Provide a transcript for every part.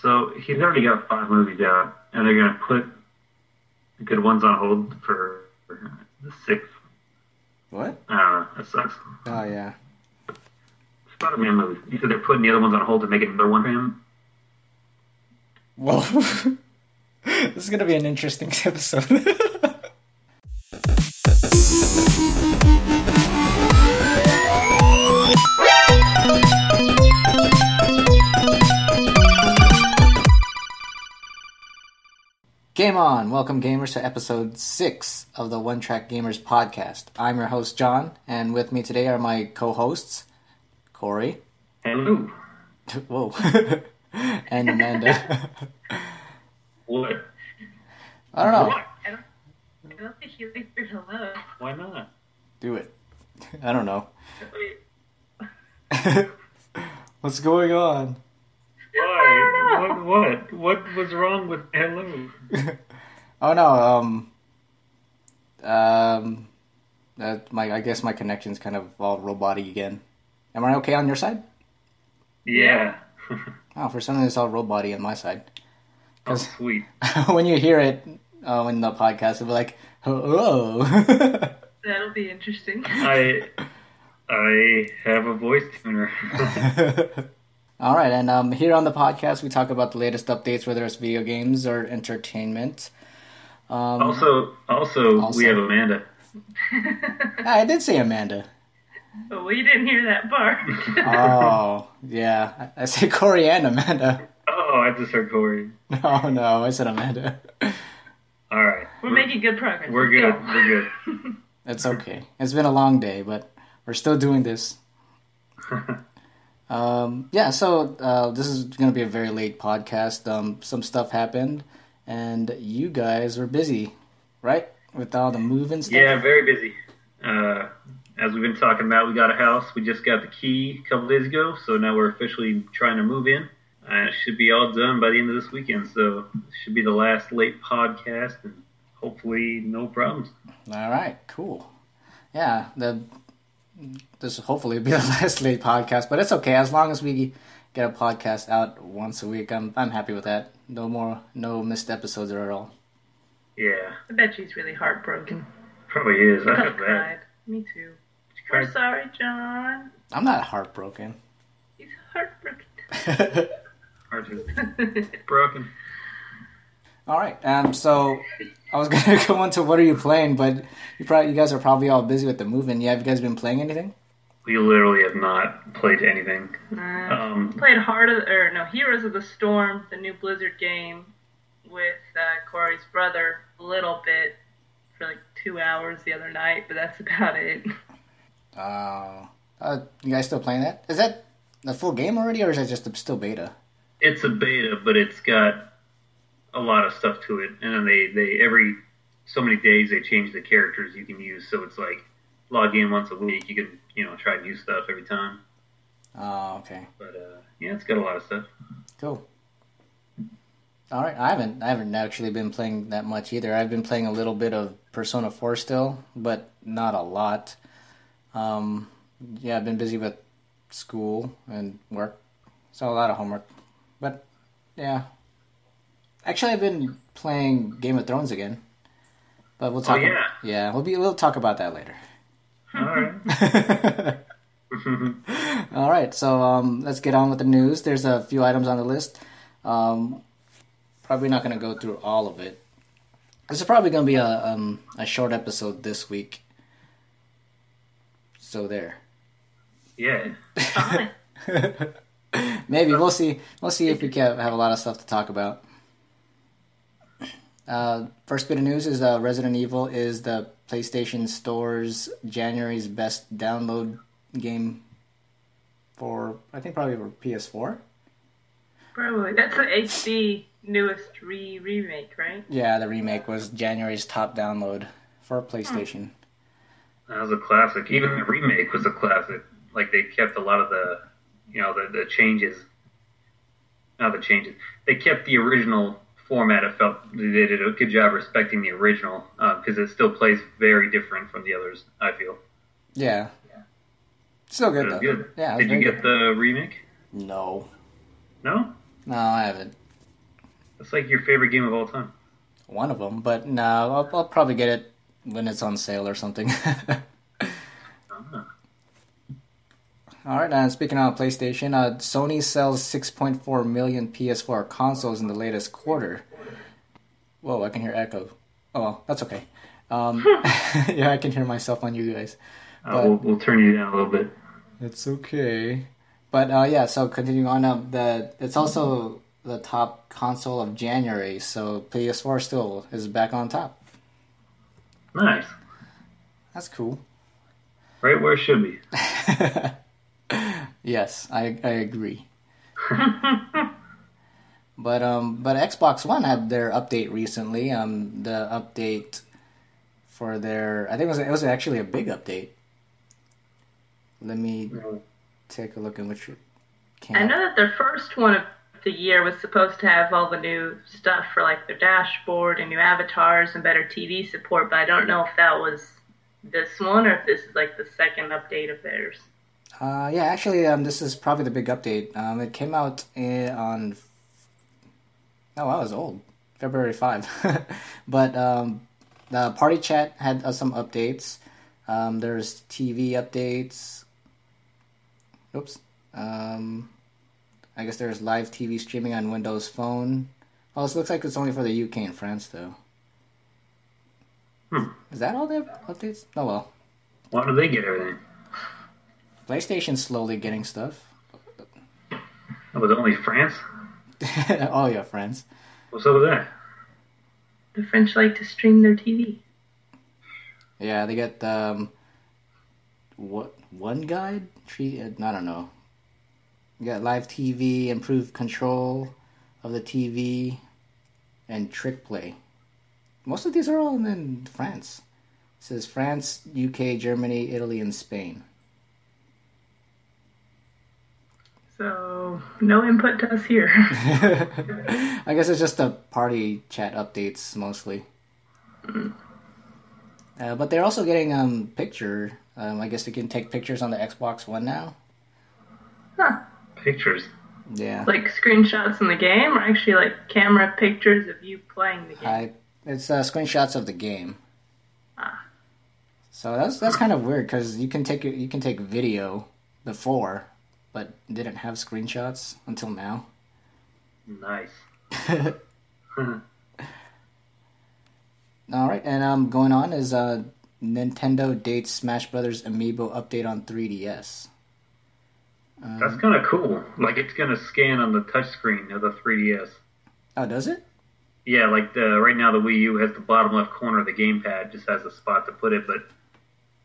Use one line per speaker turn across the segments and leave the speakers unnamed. So he's already got five movies out, and they're gonna put the good ones on hold for, for the sixth.
What?
I don't know. That sucks.
Oh yeah.
Spider-Man movie. You said they're putting the other ones on hold to make another one for him.
Well, this is gonna be an interesting episode. Game on! Welcome, gamers, to episode six of the One Track Gamers podcast. I'm your host, John, and with me today are my co hosts, Corey.
Hello.
Whoa. and Amanda.
What?
I don't
Oh.
know.
I don't, I don't think you like your hello.
Why not?
Do it. I don't know.
Wait,
What's going on?
Why? What? What? What was wrong with hello?
Oh no, um. Um. Uh, my, I guess my connection's kind of all robot again. Am I okay on your side?
Yeah.
Oh, for some reason it's all robot on my side.
Oh, sweet.
when you hear it uh, in the podcast, it'll be like, oh.
That'll be interesting.
I I have a voice tuner.
All right, and um, here on the podcast, we talk about the latest updates, whether it's video games or entertainment. Um,
also, also,
Also.
we have Amanda.
ah, I did say Amanda.
but we didn't hear that part.
Oh, yeah. I I said Corey and Amanda.
Oh, I just heard Corey.
No, no, I said Amanda.
All right.
We're making good progress.
We're good.
Let's
We're good.
It's okay. It's been a long day, but we're still doing this. um, yeah, so uh, this is going to be a very late podcast. Um, some stuff happened, and you guys were busy, right? With all the moving stuff.
Yeah, very busy. Uh, as we've been talking about, we got a house. We just got the key a couple days ago, so now we're officially trying to move in. Uh, it should be all done by the end of this weekend, so it should be the last late podcast, and hopefully no problems.
All right, cool. Yeah, the this will hopefully be the last late podcast, but it's okay as long as we get a podcast out once a week. I'm I'm happy with that. No more no missed episodes at all.
Yeah,
I bet she's really heartbroken.
probably is. I
Oh,
have that.
God. Me too.
Kind
We're
of-
sorry, John.
I'm not heartbroken.
He's heartbroken. Uh,
Ours is broken.
all right. Um. So I was gonna go into what are you playing, but you probably you guys are probably all busy with the moving. Yeah, have you guys been playing anything?
We literally have not played anything.
Uh,
Um,
Played Heart of the, or no, Heroes of the Storm, the new Blizzard game with uh, Corey's brother, a little bit for like two hours the other night, but that's about it.
Uh, uh you guys still playing that? Is that the full game already, or is that just still beta?
it's a beta, but it's got a lot of stuff to it. And then they, they every so many days they change the characters you can use. So it's like log in once a week. You can you know try new stuff every time.
Oh, okay.
But uh, yeah, it's got a lot of stuff.
Cool. All right, I haven't I haven't actually been playing that much either. I've been playing a little bit of Persona Four still, but not a lot. Um, yeah, I've been busy with school and work, so a lot of homework. But yeah, actually, I've been playing Game of Thrones again. But we'll talk.
yeah.
yeah, we'll be we'll talk about that later.
All right.
All right, so um, let's get on with the news. There's a few items on the list. Um, probably not going to go through all of it. This is probably going to be a um, a short episode this week. So there.
yeah.
Fine.
Maybe we'll see. We'll see if we can have a lot of stuff to talk about. Uh, first bit of news is uh, Resident Evil is the PlayStation Store's January's best download game for I think probably for PS4.
Probably. That's the HD newest re remake, right?
Yeah, the remake was January's top download for PlayStation.
That was a classic. Even the remake was a classic. Like they kept a lot of the, you know, the, the changes. Not the changes. They kept the original format. It felt they did a good job respecting the original because it still plays very different from the others. I feel.
Yeah. Still
But
good
it was
though.
good.
Yeah, it was
did you
very
get
good.
the remake?
No.
No.
No, I haven't.
That's like your favorite game of all time.
One of them, but no, I'll, I'll probably get it when it's on sale or something.
Ah.
All right, and speaking on PlayStation, uh, Sony sells 6.4 million PS4 consoles in the latest quarter. Whoa, I can hear echo. Oh, well, that's okay. Um, yeah, I can hear myself on you guys.
Uh, we'll, we'll turn you down a little bit.
It's okay. But uh, yeah, so continuing on, uh, the it's also the top console of January, so PS4 still is back on top.
Nice.
That's cool.
Right where it should be.
yes, I I agree. but um, but Xbox One had their update recently. Um, the update for their I think it was it was actually a big update. Let me take a look at which
I
can.
know that their first one of the year was supposed to have all the new stuff for like their dashboard and new avatars and better TV support, but I don't know if that was this one or if this is like the second update of theirs.
Uh, yeah, actually, um, this is probably the big update. Um, it came out in, on. Oh, I was old. February five, but um, the party chat had uh, some updates. Um, there's TV updates. Oops. Um, I guess there's live TV streaming on Windows Phone. Oh, this looks like it's only for the UK and France though.
Hmm.
Is that all the updates? Oh well.
Why do they get everything?
PlayStation's slowly getting stuff.
That was only France?
oh yeah, friends.
What's up with that?
The French like to stream their TV.
Yeah, they got um, what one guide? Tree? uh, I don't know. You got live TV, improved control of the TV, and trick play. Most of these are all in France. It says France, UK, Germany, Italy, and Spain.
So no input to us here.
I guess it's just the party chat updates mostly. Uh, but they're also getting um picture. Um, I guess you can take pictures on the Xbox One now.
huh.
Pictures.
Yeah.
Like screenshots in the game or actually like camera pictures of you playing the game.
I it's uh, screenshots of the game.
Ah.
So that's that's kind of weird because you can take you can take video before, but didn't have screenshots until now.
Nice.
All right, and um, going on is uh, Nintendo dates Smash Brothers Amiibo update on 3DS.
That's kind of cool. Like it's gonna scan on the touch screen of the 3ds.
Oh, does it?
Yeah, like the right now the Wii U has the bottom left corner of the gamepad just has a spot to put it, but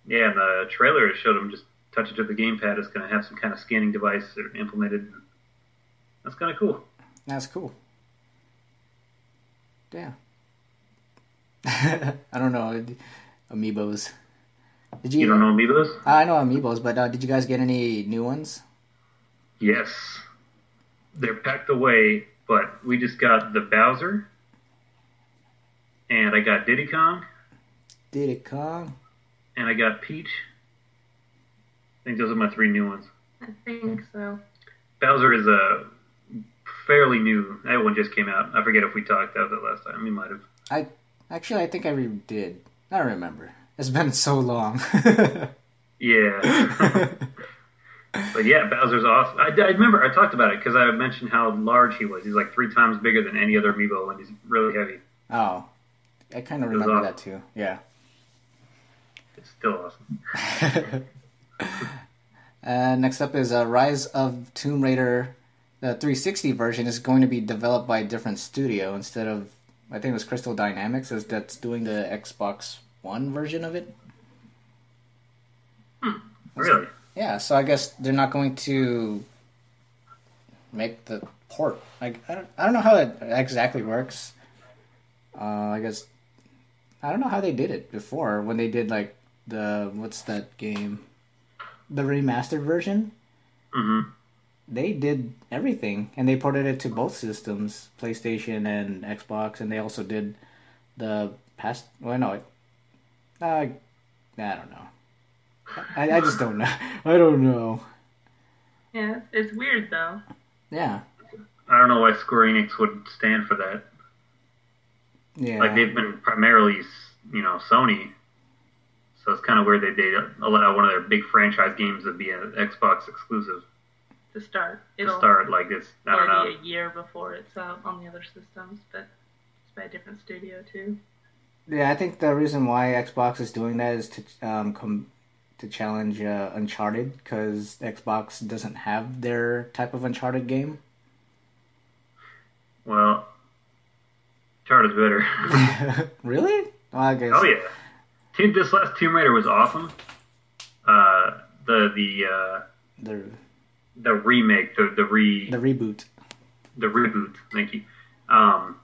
yeah, in the trailer it showed them just touch it to the gamepad. It's gonna have some kind of scanning device that are implemented. That's kind of cool.
That's cool. Yeah. I don't know amiibos. Did you?
You don't know Amiibos?
I know amiibos, but uh, did you guys get any new ones?
Yes, they're packed away, but we just got the Bowser, and I got Diddy Kong,
Did it come?
and I got Peach. I think those are my three new ones.
I think so.
Bowser is a fairly new. That one just came out. I forget if we talked about that last time. We might have.
I actually, I think I re- did. I don't remember. It's been so long.
Yeah, but yeah, Bowser's awesome. I, I remember I talked about it because I mentioned how large he was. He's like three times bigger than any other amiibo, and he's really heavy.
oh, I kind of
was
remember
off.
that too. Yeah.
It's still awesome.
Uh, next up is uh, Rise of Tomb Raider. The 360 version is going to be developed by a different studio instead of I think it was Crystal Dynamics is that's doing the Xbox One version of it.
Really,
Yeah, so I guess they're not going to make the port. Like I don't, I don't know how it exactly works. Uh, I guess I don't know how they did it before when they did like the what's that game, the remastered version.
Mhm.
They did everything and they ported it to both systems, PlayStation and Xbox, and they also did the past. Well, no, it, uh, I don't know. I, I just don't know. I don't know.
Yeah, it's weird though.
Yeah.
I don't know why Square Enix would stand for that.
Yeah.
Like they've been primarily, you know, Sony, so it's kind of weird that they allow one of their big franchise games to be an Xbox exclusive
to start.
to start. Like this, I don't know.
probably be a year before it's out on the other systems, but it's by a different studio too.
Yeah, I think the reason why Xbox is doing that is to um, come to challenge uh, Uncharted because Xbox doesn't have their type of Uncharted game.
Well, Uncharted's better.
really? Well, I guess.
oh yeah, Dude, this last Tomb Raider was awesome. Uh, the the uh,
The
the remake, the the re
the reboot.
the reboot. Thank you. Um,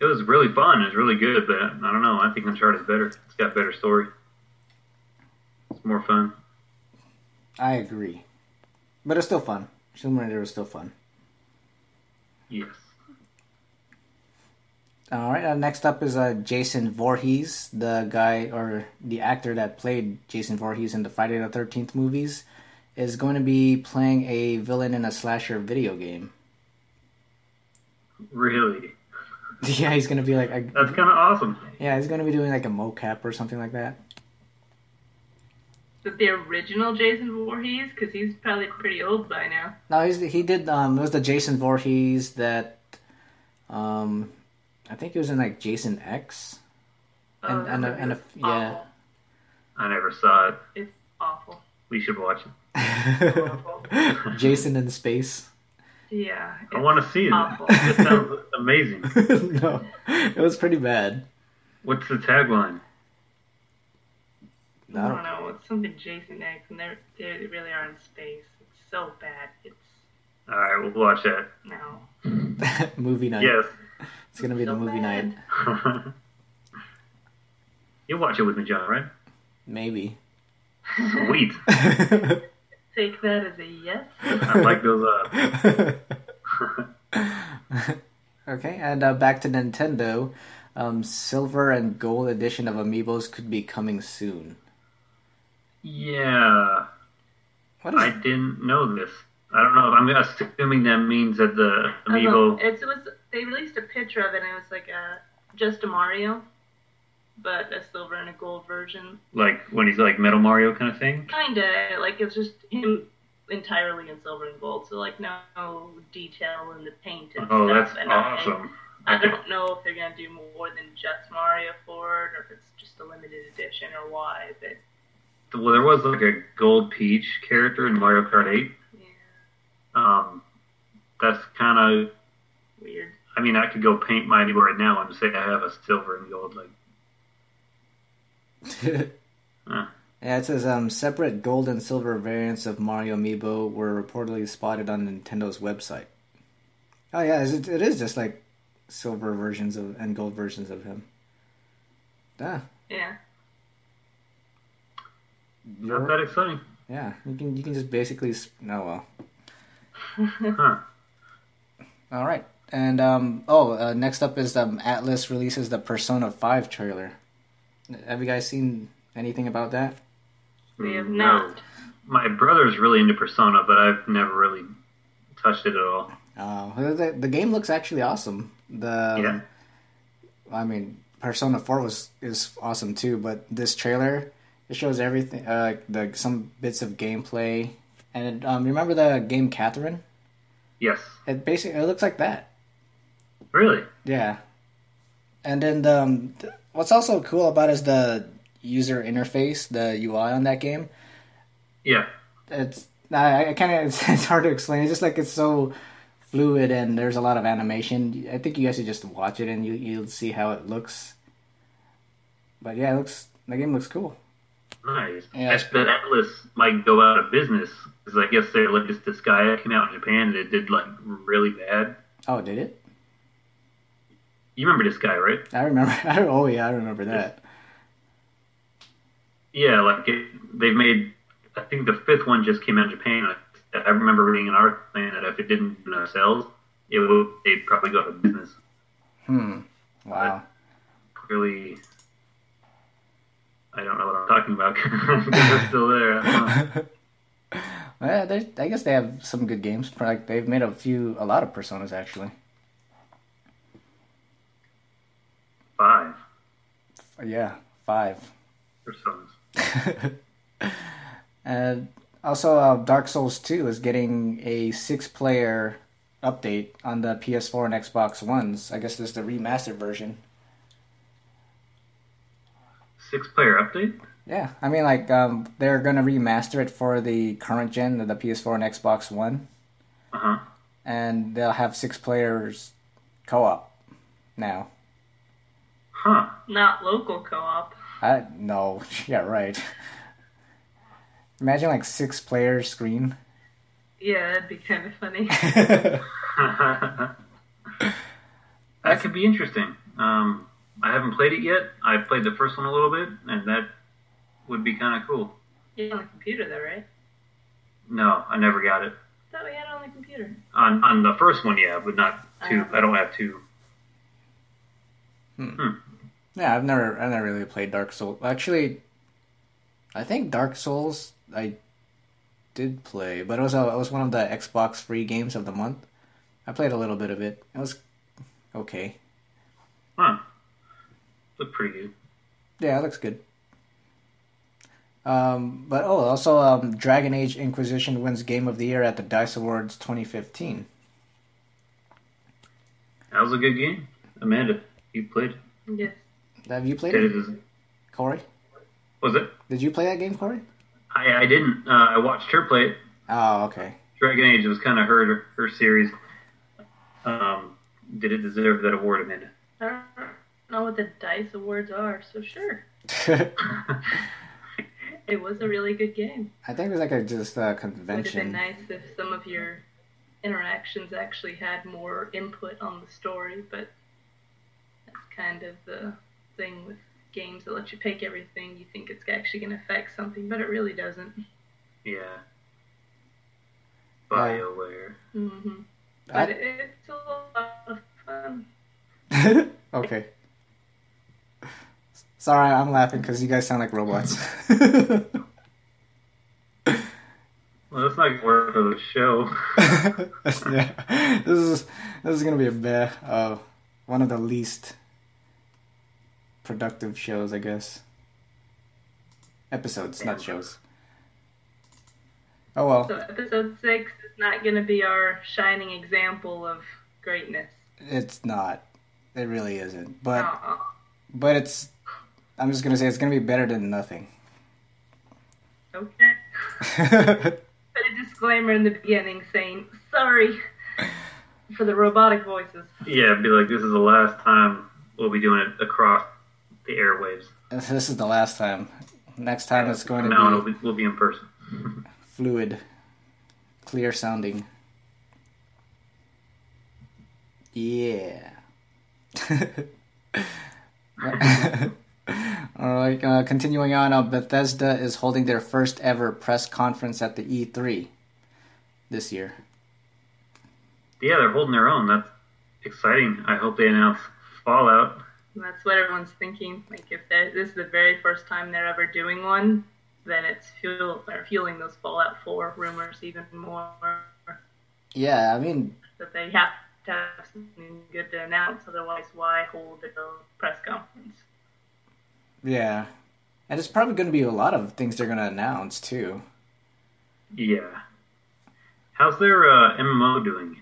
it was really fun. It was really good, but I don't know. I think Uncharted's better. It's got better story. It's more fun.
I agree, but it's still fun. Tomb Raider was still fun.
Yes.
All right. Uh, next up is uh, Jason Voorhees, the guy or the actor that played Jason Voorhees in the Friday the Thirteenth movies, is going to be playing a villain in a slasher video game.
Really.
yeah, he's going to be like a,
That's kind of awesome.
Yeah, he's gonna be doing like a mocap or something like that.
But the original Jason Voorhees, because he's probably pretty old by now.
No, he's he did. Um, it was the Jason Voorhees that, um, I think he was in like Jason X.
Oh,
And- and a-
that
and a-
movie is
yeah.
awful.
I never saw it.
It's awful.
We should watch it.
Horrible.
Jason in space.
yeah.
I
it's
want to see it.
Awful.
It sounds amazing.
no, it was pretty bad.
What's the tagline?
I
No,
don't know. It's something Jason X, and they're, they really are in space. It's so bad. It's
All right, we'll watch that.
no.
movie night.
Yes.
It's gonna be the
so
movie
bad.
night.
You'll watch it with me, John, right?
Maybe.
Sweet.
Take that as a yes.
I like those. Uh,
Okay, and uh, back to Nintendo. Um, silver and gold edition of Amiibos could be coming soon.
yeah.
What is
I didn't know this. I don't know. I'm assuming that means that the amiibo.
Um, It's, Oh, it was they released a picture of it, and it was like a just a Mario, but a silver and a gold version.
like when he's like Metal Mario kind of thing.
Kinda like it was just him entirely in silver and gold, so like no, detail in the paint and
Oh,
stuff.
that's
and
awesome.
I, I don't know if they're gonna do more than just Mario for it, or if it's just a limited edition, or why. But
Well, there was like a Gold Peach character in Mario Kart 8.
yeah,
Um, that's kind of.
weird.
I mean, I could go paint my amiibo right now and say I have a silver and gold. Like, Huh.
Yeah, it says um, separate gold and silver variants of Mario Amiibo were reportedly spotted on Nintendo's website. Oh yeah, it, it is just like silver versions of and gold versions of him. Yeah,
Yeah,
not that exciting,
yeah. You can you can just basically s- no well.
huh?
All right, and um, oh, uh, next up is um, Atlas releases the Persona Five trailer. Have you guys seen anything about that?
we have
No.
not.
My brother's really into Persona, but I've never really touched it at all.
Uh, the, the game looks actually awesome. The um,
Yeah.
I mean, Persona Four was is awesome too, but this trailer it shows everything, uh, like the some bits of gameplay. And um, remember the game Catherine?
Yes,
It basically it looks like that.
really.
Yeah. And then um, th- what's also cool about is the user interface, the UI on that game.
Yeah,
It's I, I kind of it's, it's hard to explain. It's just like it's so fluid and there's a lot of animation. I think you guys should just watch it and you you'll see how it looks. But yeah, it looks the game looks cool.
nice.
Yeah.
That's that Atlas might go out of business because I guess their latest Disgaea came out in Japan and it did like really bad.
Oh, did it?
You remember Disgaea, right?
I remember. I, oh yeah, I remember that.
Yeah, like it, they've made. I think the fifth one just came out in Japan. I, I remember reading an article saying that if it didn't do no sales, it would they'd probably go out of business.
Hmm. Wow.
Clearly, I don't know what I'm talking about. 'cause They're still there. I don't know.
well, Yeah, they- I guess they have some good games. Like they've made a few, a lot of personas actually.
Five
Yeah, five.
personas.
and also, uh, Dark Souls Two is getting a six-player update on the PS4 and Xbox Ones. I guess this is the remastered version.
Six player update?
Yeah, I mean, like um, they're gonna remaster it for the current gen, the PS4 and Xbox One,
Uh huh.
and they'll have six players co-op now.
Huh.
Not local co-op.
I no, yeah, right. Imagine like six player screen.
Yeah, that'd be kind of funny.
that could be interesting. Um, I haven't played it yet. I played the first one a little bit, and that would be kind of cool.
You're on the computer though, right?
No, I never got it
I thought we had it on the computer.
on on the first one. Yeah, but not two. I don't have two.
yeah, I've never, I've never really played Dark Souls. Actually, I think Dark Souls I did play, but it was a, it was one of the Xbox free games of the month. I played a little bit of it. It was okay.
Huh. Look pretty good.
Yeah, it looks good. Um, but oh, also um, Dragon Age Inquisition wins Game of the Year at the Dice Awards 2015.
That was a good game. Amanda, you played. it.
Yes.
Have you played
Did
it,
it as,
Corey?
was it?
Did you play that game, Corey?
I, I didn't. Uh, I watched her play it.
Oh, okay.
Dragon Age was kind of her her series. Um, did it deserve that award, Amanda?
I don't know what the dice awards are, so sure. It was a really good game.
I think it was like a just a
Would have been
convention.
nice if some of your interactions actually had more input on the story, but that's kind of the thing with games that let you pick everything. You think it's actually going to affect something, but it really doesn't.
Yeah. BioWare.
hmm But
I-
it, it's a lot of fun.
okay. Sorry, I'm laughing because you guys sound like robots.
Well, that's not gonna work for the show.
yeah, this is this is gonna be a bad, uh, one of the least productive shows, I guess. Episodes, not shows. Oh
So
well,
episode six is not going to be our shining example of greatness.
it's not. It really isn't. But
Aw.
but it's. I'm just gonna say it's gonna be better than nothing.
Okay. Put a disclaimer in the beginning saying sorry for the robotic voices.
yeah, it'd be like this is the last time we'll be doing it across the airwaves.
this is the last time. Next time it's going
Now it'll
to be
be, we'll be in person.
fluid, clear sounding. Yeah. All right, uh, continuing on, uh, Bethesda is holding their first ever press conference at the E3 this year.
Yeah, they're holding their own. That's exciting. I hope they announce Fallout.
And That's what everyone's thinking. Like, if they're- this is the very first time they're ever doing one, then it's fuel or fueling those Fallout 4 rumors even more.
Yeah, I mean,
That they have to have something good to announce, otherwise, why hold a press conference?
yeah. And it's probably going to be a lot of things they're going to announce, too.
Yeah. How's their uh, MMO doing?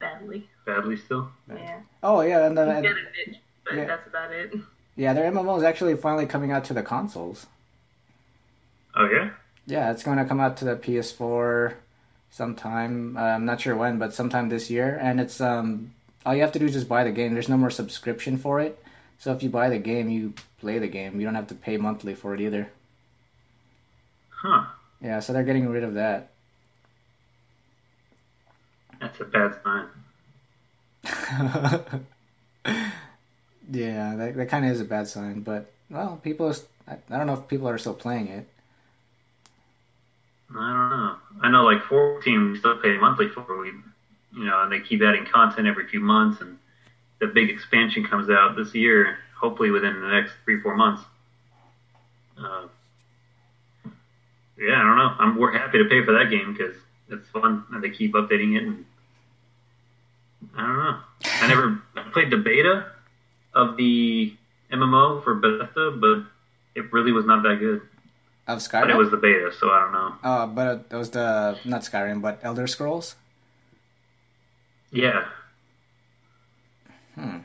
Badly.
Badly still?
Yeah.
Oh, yeah, and, the,
You
and
get a bit, but
Yeah.
that's about it.
yeah, their MMO is actually finally coming out to the consoles.
Oh yeah.
Yeah, it's going to come out to the PS4 sometime. Uh, I'm not sure when, but sometime this year. And it's um, all you have to do is just buy the game. There's no more subscription for it. So if you buy the game, you play the game. You don't have to pay monthly for it either.
Huh.
Yeah, so they're getting rid of that.
That's a bad sign.
yeah, that, that kind of is a bad sign. But well, people, is- I, I don't know if people are still playing it.
I don't know. I know like four teams still pay monthly for we, you know, and they keep adding content every few months, and the big expansion comes out this year, hopefully within the next three four months. Uh, yeah, I don't know. I'm we're happy to pay for that game because it's fun and they keep updating it. And I don't know. I never I played the beta of the MMO for Bethesda, but it really was not that good.
Of
But it
Skyrim.
was the beta, so I don't know.
uh, but it was the not Skyrim, but Elder Scrolls.
Yeah.
Hmm.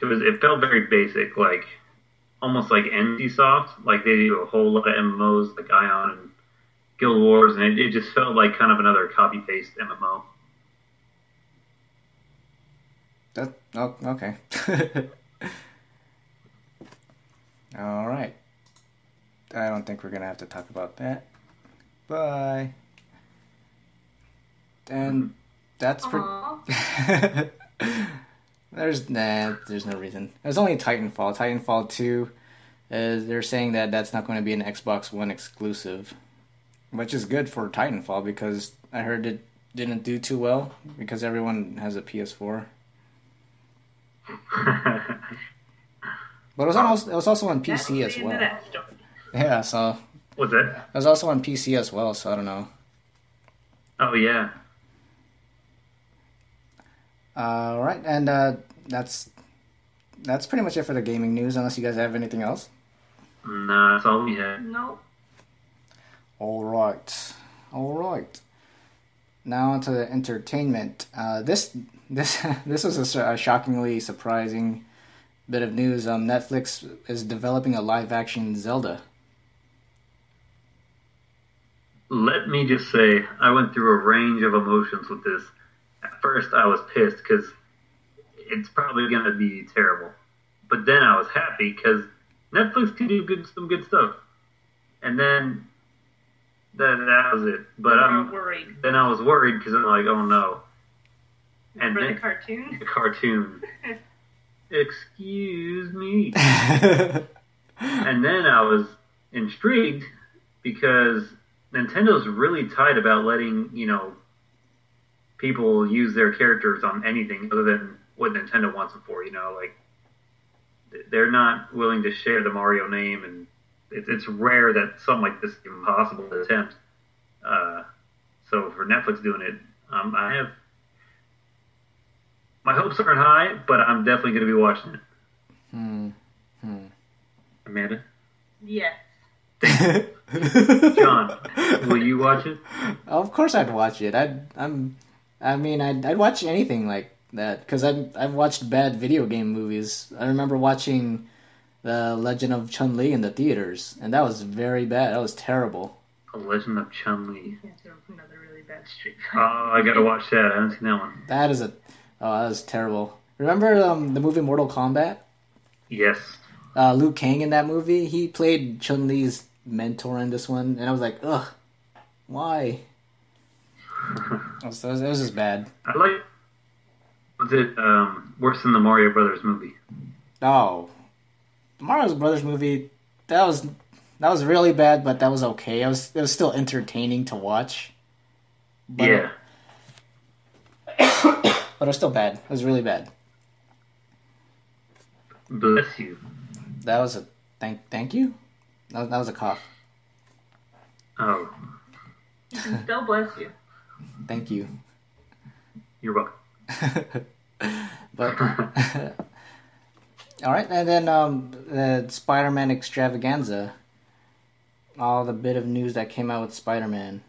It was. It felt very basic, like almost like NCSoft, like they do a whole lot of MMOs, like Ion and Guild Wars, and it, it just felt like kind of another copy paste MMO.
That, oh, okay. All right. I don't think we're gonna have to talk about that. Bye. And that's pretty.
Aw.
there's nah, there's no reason. There's only Titanfall. Titanfall two. Uh, they're saying that that's not going to be an Xbox One exclusive, which is good for Titanfall because I heard it didn't do too well because everyone has a PS4. But it was on also it was also on
That
PC
was
as
the end of
well.
that story.
Yeah, so
What's that?
it was also on PC as well. So I don't know.
Oh yeah.
Uh, all right, and uh, that's that's pretty much it for the gaming news. Unless you guys have anything else.
Nah, that's all we had.
Nope.
All right, all right. Now onto the entertainment. Uh, this this this was a, sur- a shockingly surprising bit of news. Um, Netflix is developing a live action Zelda.
Let me just say, I went through a range of emotions with this. At first, I was pissed because it's probably going to be terrible. But then I was happy because Netflix can do good, some good stuff. And then that, that was it. But um,
We're
I'm,
worried.
then I was worried because I'm like, oh no. And
For the
then
cartoon?
the cartoon. Excuse me. And then I was intrigued because Nintendo's really tight about letting, you know, people use their characters on anything other than what Nintendo wants them for, you know, like th- they're not willing to share the Mario name and it, it's rare that something like this is even possible to attempt. Uh, so for Netflix doing it, um, I have my hopes aren't high, but I'm definitely going to be watching it.
hmm.
Amanda,
Yes.
John, will you watch it?
Of course, I'd watch it. I'd, I'm, I mean, I'd, I'd watch anything like that because I've, I've watched bad video game movies. I remember watching the Legend of Chun Li in the theaters, and that was very bad. That was terrible.
The Legend of Chun Li.
Yeah, there was another really bad Street
Oh,
Fighter.
I gotta watch that. I haven't seen that one.
That is a, oh, that was terrible. Remember um, the movie Mortal Kombat?
Yes.
Uh, Liu Kang in that movie, he played Chun Li's mentor in this one, and I was like, ugh, why? It was, it was, it was just bad.
I like. Was it um, worse than the Mario Brothers movie?
Oh, the Mario Brothers movie that was that was really bad, but that was okay. It was it was still entertaining to watch. But,
yeah.
but it was still bad. It was really bad.
Bless you.
That was a thank thank you. That, was- that was a cough.
Oh,
You can still bless you.
Thank you.
you're welcome.
But all right, and then um, the Spider-Man extravaganza. All the bit of news that came out with Spider-Man.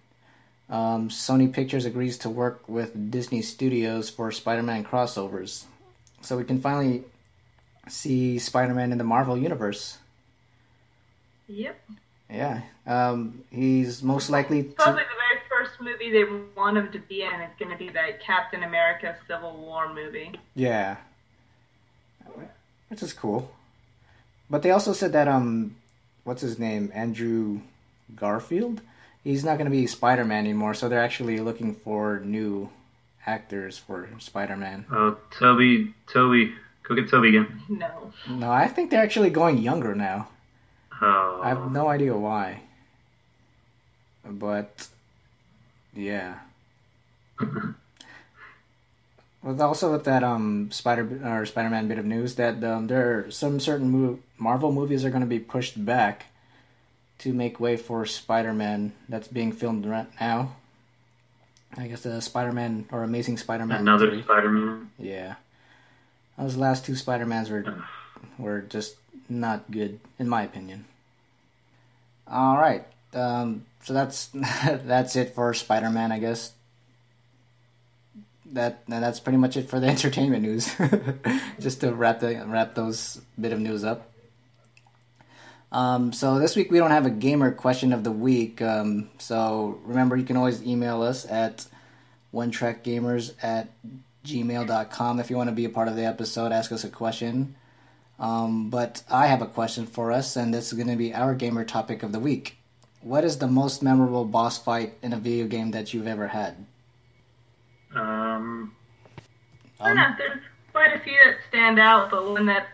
Um, Sony Pictures agrees to work with Disney Studios for Spider-Man crossovers, so we can finally see Spider-Man in the Marvel universe.
Yep.
Yeah, um, he's most likely to.
Probably the very first movie they want him to be in is going to be that Captain America Civil War movie.
Yeah, which is cool. But they also said that um, what's his name, Andrew Garfield? He's not going to be Spider Man anymore, so they're actually looking for new actors for Spider Man.
Oh, Toby, Toby, go get Toby again.
No.
No, I think they're actually going younger now.
Oh,
I have no idea why. But yeah. With also with that um Spider or Spider-Man bit of news that um, there are some certain mo- Marvel movies are going to be pushed back to make way for Spider-Man that's being filmed right now. I guess the Spider-Man or Amazing Spider-Man.
Another
3.
Spider-Man.
Yeah, those last two Spider-Mans were were just not good in my opinion. All right, um, so that's that's it for Spider-Man, I guess. That that's pretty much it for the entertainment news. just to wrap the wrap those bit of news up. Um, so this week we don't have a gamer question of the week. Um, so remember, you can always email us at onetrackgamers at gmail.com if you want to be a part of the episode, ask us a question. Um, but I have a question for us, and this is going to be our gamer topic of the week. What is the most memorable boss fight in a video game that you've ever had?
Um,
yeah, there's quite a few that stand out, but one that's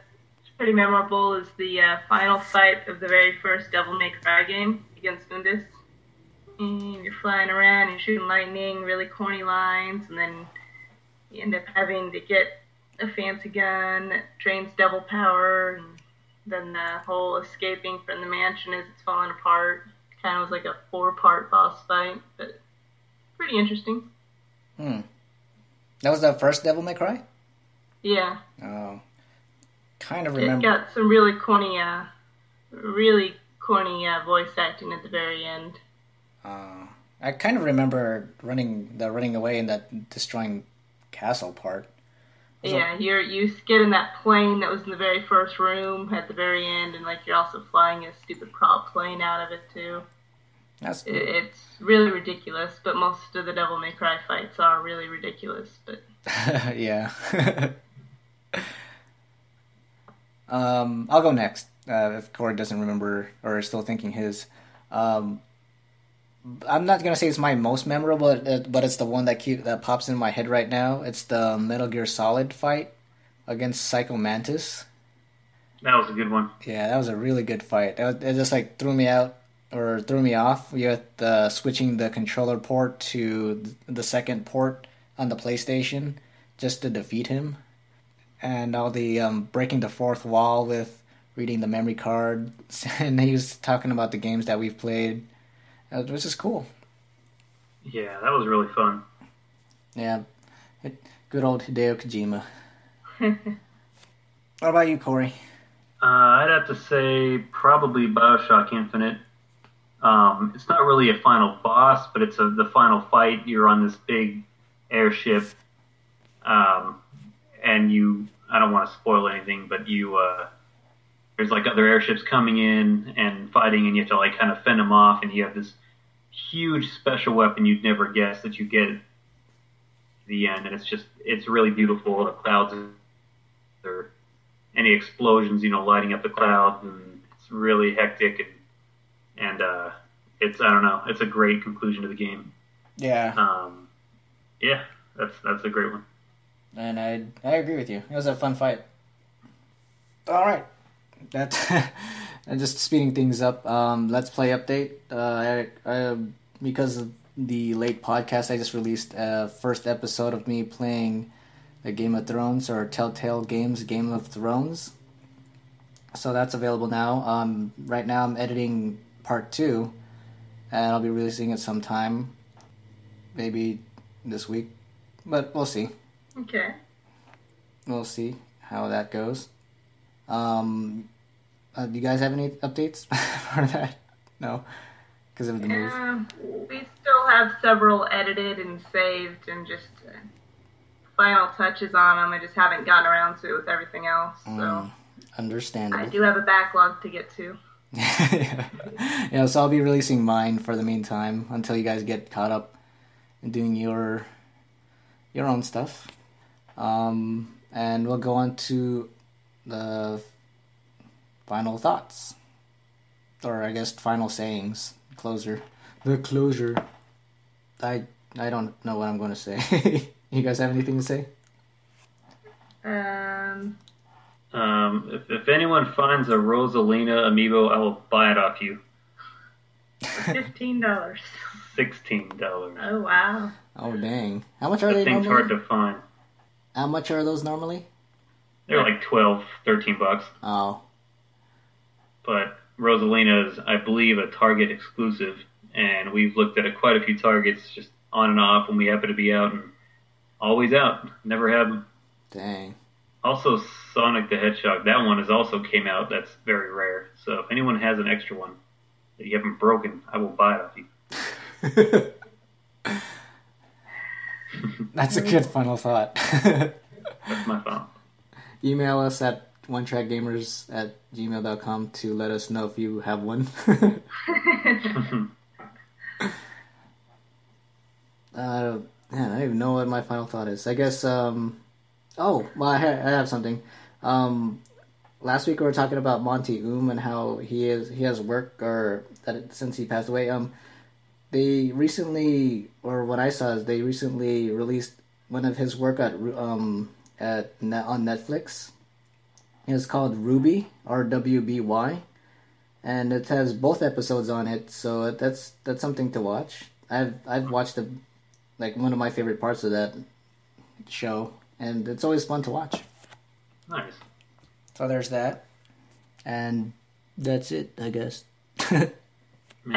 pretty memorable is the uh, final fight of the very first Devil May Cry game against Mundus. And you're flying around, you're shooting lightning, really corny lines, and then you end up having to get a fancy gun that drains devil power, and then the whole escaping from the mansion as it's falling apart. Kind of was like a four-part boss fight, but pretty interesting.
Hmm. That was the first Devil May Cry?
Yeah.
Oh. Kind of
It
remember.
got some really corny, uh, really corny uh, voice acting at the very end.
Uh, I kind of remember running the running away and that destroying castle part. Was it-
Yeah, you're you get in that plane that was in the very first room at the very end, and like you're also flying a stupid prop plane out of it too.
That's
It, it's really ridiculous, but most of the Devil May Cry fights are really ridiculous. But
yeah. um, I'll go next. Uh, if Corey doesn't remember or is still thinking his, um, I'm not gonna say it's my most memorable, uh, but it's the one that keep, that pops in my head right now. It's the Metal Gear Solid fight against Psycho Mantis.
that was a good one.
Yeah, that was a really good fight. That was- It just like threw me out or threw me off with uh, switching the controller port to th- the second port on the PlayStation just to defeat him, and all the um, breaking the fourth wall with reading the memory card. And he was talking about the games that we've played, uh, which is cool.
Yeah, that was really fun.
Yeah, It- good old Hideo Kojima. what about you, Corey?
Uh, I'd have to say probably Bioshock Infinite. Um, it's not really a final boss, but it's a, the final fight. You're on this big airship, um, and you. I don't want to spoil anything, but you. Uh, there's like other airships coming in and fighting, and you have to like kind of fend them off, and you have this huge special weapon you'd never guess that you get at the end, and it's just it's really beautiful. The clouds are any explosions, you know, lighting up the clouds, and it's really hectic, and and uh, it's I don't know, it's a great conclusion to the game.
Yeah,
Um, yeah, that's that's a great one.
And I I agree with you. It was a fun fight. All right, that and just speeding things up. Um, let's play update. Uh, I, I, because of the late podcast, I just released a first episode of me playing the Game of Thrones or Telltale Games Game of Thrones. So that's available now. Um, right now, I'm editing part two, and I'll be releasing it sometime, maybe this week, but we'll see
okay,
we'll see how that goes. Um, uh, do you guys have any updates for that? No, because of the move.
yeah, Um, we still have several edited and saved, and just uh, final touches on them. I just haven't gotten around to it with everything else, so.
Mm,
I
understandable.
do have a backlog to get to.
yeah, so I'll be releasing mine for the meantime until you guys get caught up in doing your your own stuff. Um, and we'll go on to the final thoughts, or I guess final sayings. Closer, the closure. I I don't know what I'm going to say. you guys have anything to say?
Um,
Um, if, if anyone finds a Rosalina amiibo, I will buy it off you.
fifteen dollars.
Sixteen dollars.
Oh wow.
Oh dang! How much are
That
they
thing's hard
normally?
to find.
How much are those normally?
They're like 12, 13 bucks,
Oh,
but Rosalina is, I believe, a Target exclusive, and we've looked at it quite a few Targets just on and off when we happen to be out, and always out, never had them.
Dang.
Also, Sonic the Hedgehog, that one has also came out. That's very rare. So if anyone has an extra one that you haven't broken, I will buy it off you.
That's a good final thought.
That's my phone.
Email us at one track gamers at gmail.com to let us know if you have one. uh, man, I don't even know what my final thought is. I guess, um, oh, well, I, ha- I have something. Um, last week we were talking about Monty Um and how he is he has work or that it, since he passed away. Um, they recently, or what I saw is they recently released one of his work at um at net, on Netflix. It's called Ruby R W B Y, and it has both episodes on it. So that's that's something to watch. I've I've watched the like one of my favorite parts of that show, and it's always fun to watch.
Nice.
So there's that, and that's it, I guess.
I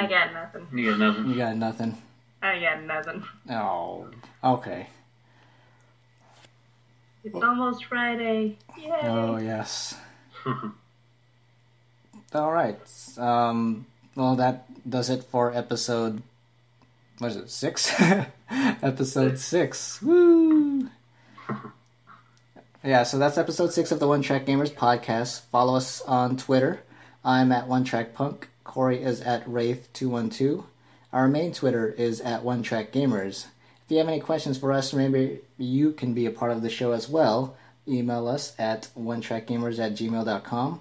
got nothing.
You got nothing.
You got nothing.
I got nothing.
Oh, okay.
It's almost Friday. Yay.
Oh yes. All right. Um, well, that does it for episode. What is it? Six. episode six. Woo. Yeah. So that's episode six of the One Track Gamers podcast. Follow us on Twitter. I'm at One Track Punk. Corey is at Wraith212. Our main Twitter is at One Track Gamers. If you have any questions for us, maybe you can be a part of the show as well. Email us at onetrackgamers at gmail.com.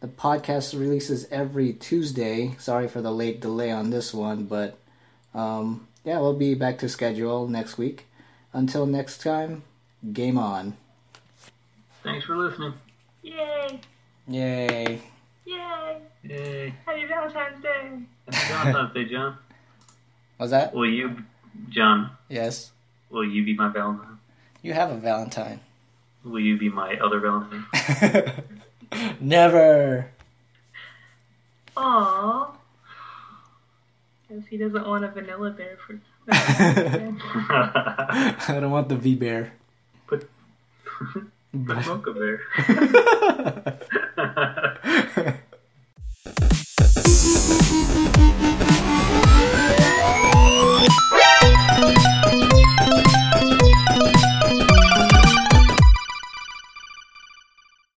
The podcast releases every Tuesday. Sorry for the late delay on this one, but um, yeah, we'll be back to schedule next week. Until next time, game on.
Thanks for listening.
Yay.
Yay.
Yay.
Yay.
Happy Valentine's Day.
Happy Valentine's Day, John.
Was that?
Will you, John?
Yes.
Will you be my Valentine?
You have a Valentine.
Will you be my other Valentine?
Never.
Aww. Because he doesn't want a vanilla bear for.
I don't want the V bear.
Put, put mocha there.